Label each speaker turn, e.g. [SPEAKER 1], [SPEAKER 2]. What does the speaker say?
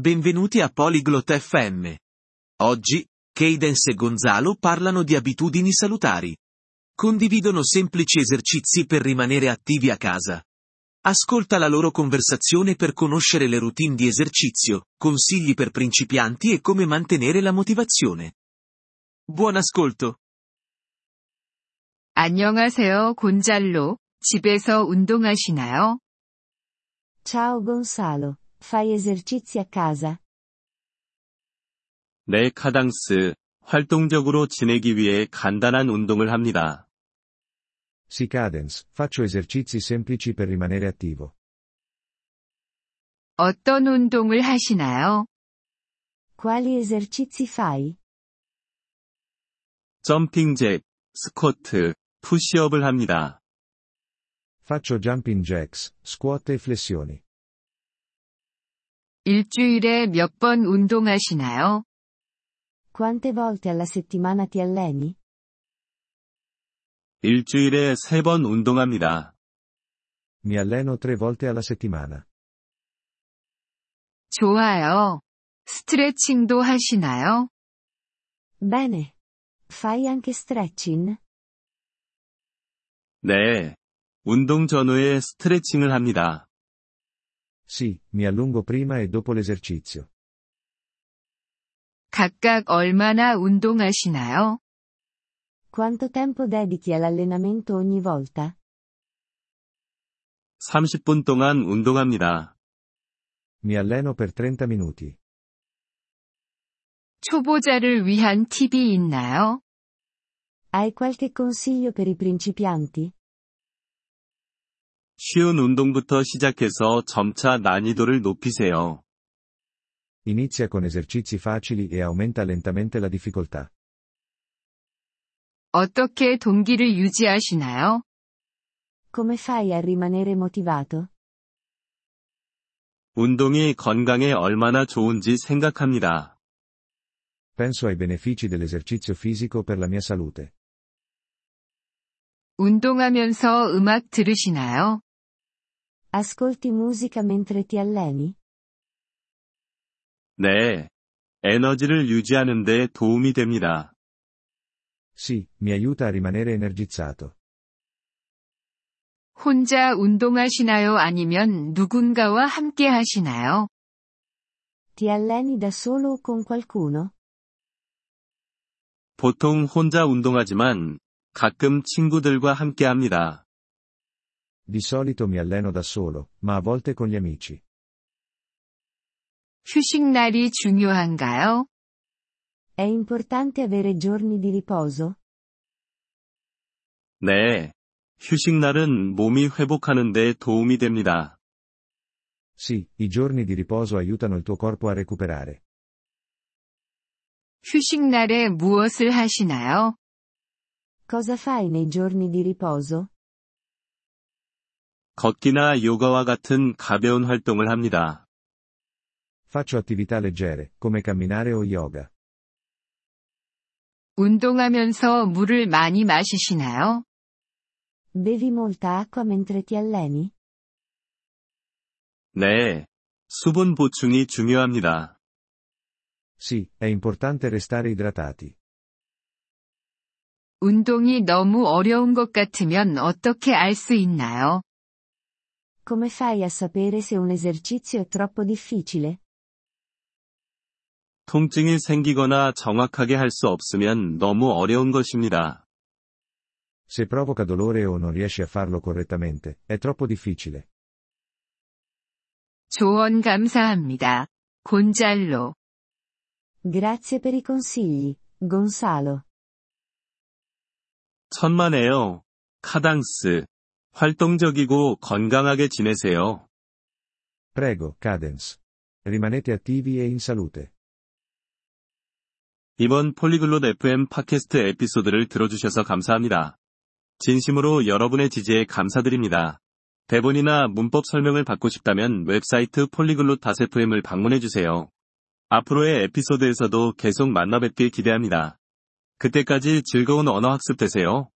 [SPEAKER 1] Benvenuti a Polyglot FM. Oggi, Cadence e Gonzalo parlano di abitudini salutari. Condividono semplici esercizi per rimanere attivi a casa. Ascolta la loro conversazione per conoscere le routine di esercizio, consigli per principianti e come mantenere la motivazione. Buon ascolto.
[SPEAKER 2] 안녕하세요, 곤잘로. 집에서 운동하시나요?
[SPEAKER 3] Ciao Gonzalo, fai esercizi a casa?
[SPEAKER 4] 네, 카당스. 활동적으로 지내기 위해 간단한 운동을 합니다.
[SPEAKER 5] Sì Cadence, faccio esercizi semplici per rimanere attivo.
[SPEAKER 2] 어떤 운동을 하시나요?
[SPEAKER 3] Quali esercizi fai?
[SPEAKER 4] 점핑 잭, 스쿼트, 푸시업을 합니다.
[SPEAKER 5] Faccio jumping jacks, squat e flessioni.
[SPEAKER 2] 일주일에 몇 번 운동하시나요?
[SPEAKER 3] Quante volte alla settimana ti alleni?
[SPEAKER 4] 일주일에 세 번 운동합니다.
[SPEAKER 5] Mi alleno tre volte alla settimana.
[SPEAKER 2] 좋아요. 스트레칭도 하시나요?
[SPEAKER 3] Bene. Fai anche stretching?
[SPEAKER 4] 네. 운동 전후에 스트레칭을 합니다.
[SPEAKER 5] Sì, mi allungo prima e dopo l'esercizio.
[SPEAKER 2] 각각 얼마나 운동하시나요?
[SPEAKER 3] Quanto tempo dedichi all'allenamento ogni volta?
[SPEAKER 4] 30분 동안 운동합니다.
[SPEAKER 5] Mi alleno per 30 minuti.
[SPEAKER 2] 초보자를 위한 팁이 있나요?
[SPEAKER 3] Hai qualche consiglio per i principianti?
[SPEAKER 4] 쉬운 운동부터 시작해서 점차 난이도를 높이세요.
[SPEAKER 5] Inizia con esercizi facili e aumenta lentamente la difficoltà.
[SPEAKER 2] 어떻게 동기를 유지하시나요?
[SPEAKER 3] Come fai a rimanere motivato?
[SPEAKER 4] 운동이 건강에 얼마나 좋은지 생각합니다.
[SPEAKER 5] Penso ai benefici dell'esercizio fisico per la mia salute.
[SPEAKER 2] 운동하면서 음악 들으시나요?
[SPEAKER 3] Ascolti musica mentre ti alleni?
[SPEAKER 4] 네. 에너지를 유지하는 데 도움이 됩니다.
[SPEAKER 5] Sì, mi aiuta a rimanere energizzato.
[SPEAKER 2] 혼자 운동하시나요? 아니면 누군가와 함께 하시나요?
[SPEAKER 3] Ti alleni da solo o con qualcuno?
[SPEAKER 4] 보통 혼자 운동하지만 가끔 친구들과 함께 합니다.
[SPEAKER 5] Di solito mi alleno da solo, ma a volte con gli amici.
[SPEAKER 2] 휴식날이 중요한가요?
[SPEAKER 3] È importante avere giorni di riposo?
[SPEAKER 4] 네. 휴식날은 몸이 회복하는 데 도움이 됩니다.
[SPEAKER 5] Sì, i giorni di riposo aiutano il tuo corpo a recuperare.
[SPEAKER 2] 휴식날에 무엇을 하시나요?
[SPEAKER 3] Cosa fai nei giorni di riposo?
[SPEAKER 4] 걷기나 요가와 같은 가벼운 활동을 합니다.
[SPEAKER 5] Faccio attività leggere, come camminare o yoga.
[SPEAKER 2] 운동하면서 물을 많이 마시시나요?
[SPEAKER 3] Bevi molta acqua mentre ti alleni?
[SPEAKER 4] 네. 수분 보충이 중요합니다.
[SPEAKER 5] Sì, è importante restare idratati.
[SPEAKER 2] 운동이 너무 어려운 것 같으면 어떻게 알 수 있나요?
[SPEAKER 3] Come fai a sapere se un esercizio è troppo difficile?
[SPEAKER 4] 통증이 생기거나 정확하게 할 수 없으면 너무 어려운 것입니다.
[SPEAKER 5] Se provoca dolore o non riesci a farlo correttamente, è troppo difficile.
[SPEAKER 2] 조언 감사합니다. 곤잘로.
[SPEAKER 3] Grazie per i consigli, Gonzalo.
[SPEAKER 4] 천만에요. 카당스. 활동적이고 건강하게 지내세요.
[SPEAKER 5] Prego, Cadence. Rimanete attivi e in salute.
[SPEAKER 4] 이번 폴리글롯 FM 팟캐스트 에피소드를 들어주셔서 감사합니다. 진심으로 여러분의 지지에 감사드립니다. 대본이나 문법 설명을 받고 싶다면 웹사이트 폴리글롯 FM을 방문해주세요. 앞으로의 에피소드에서도 계속 만나뵙길 기대합니다. 그때까지 즐거운 언어 학습 되세요.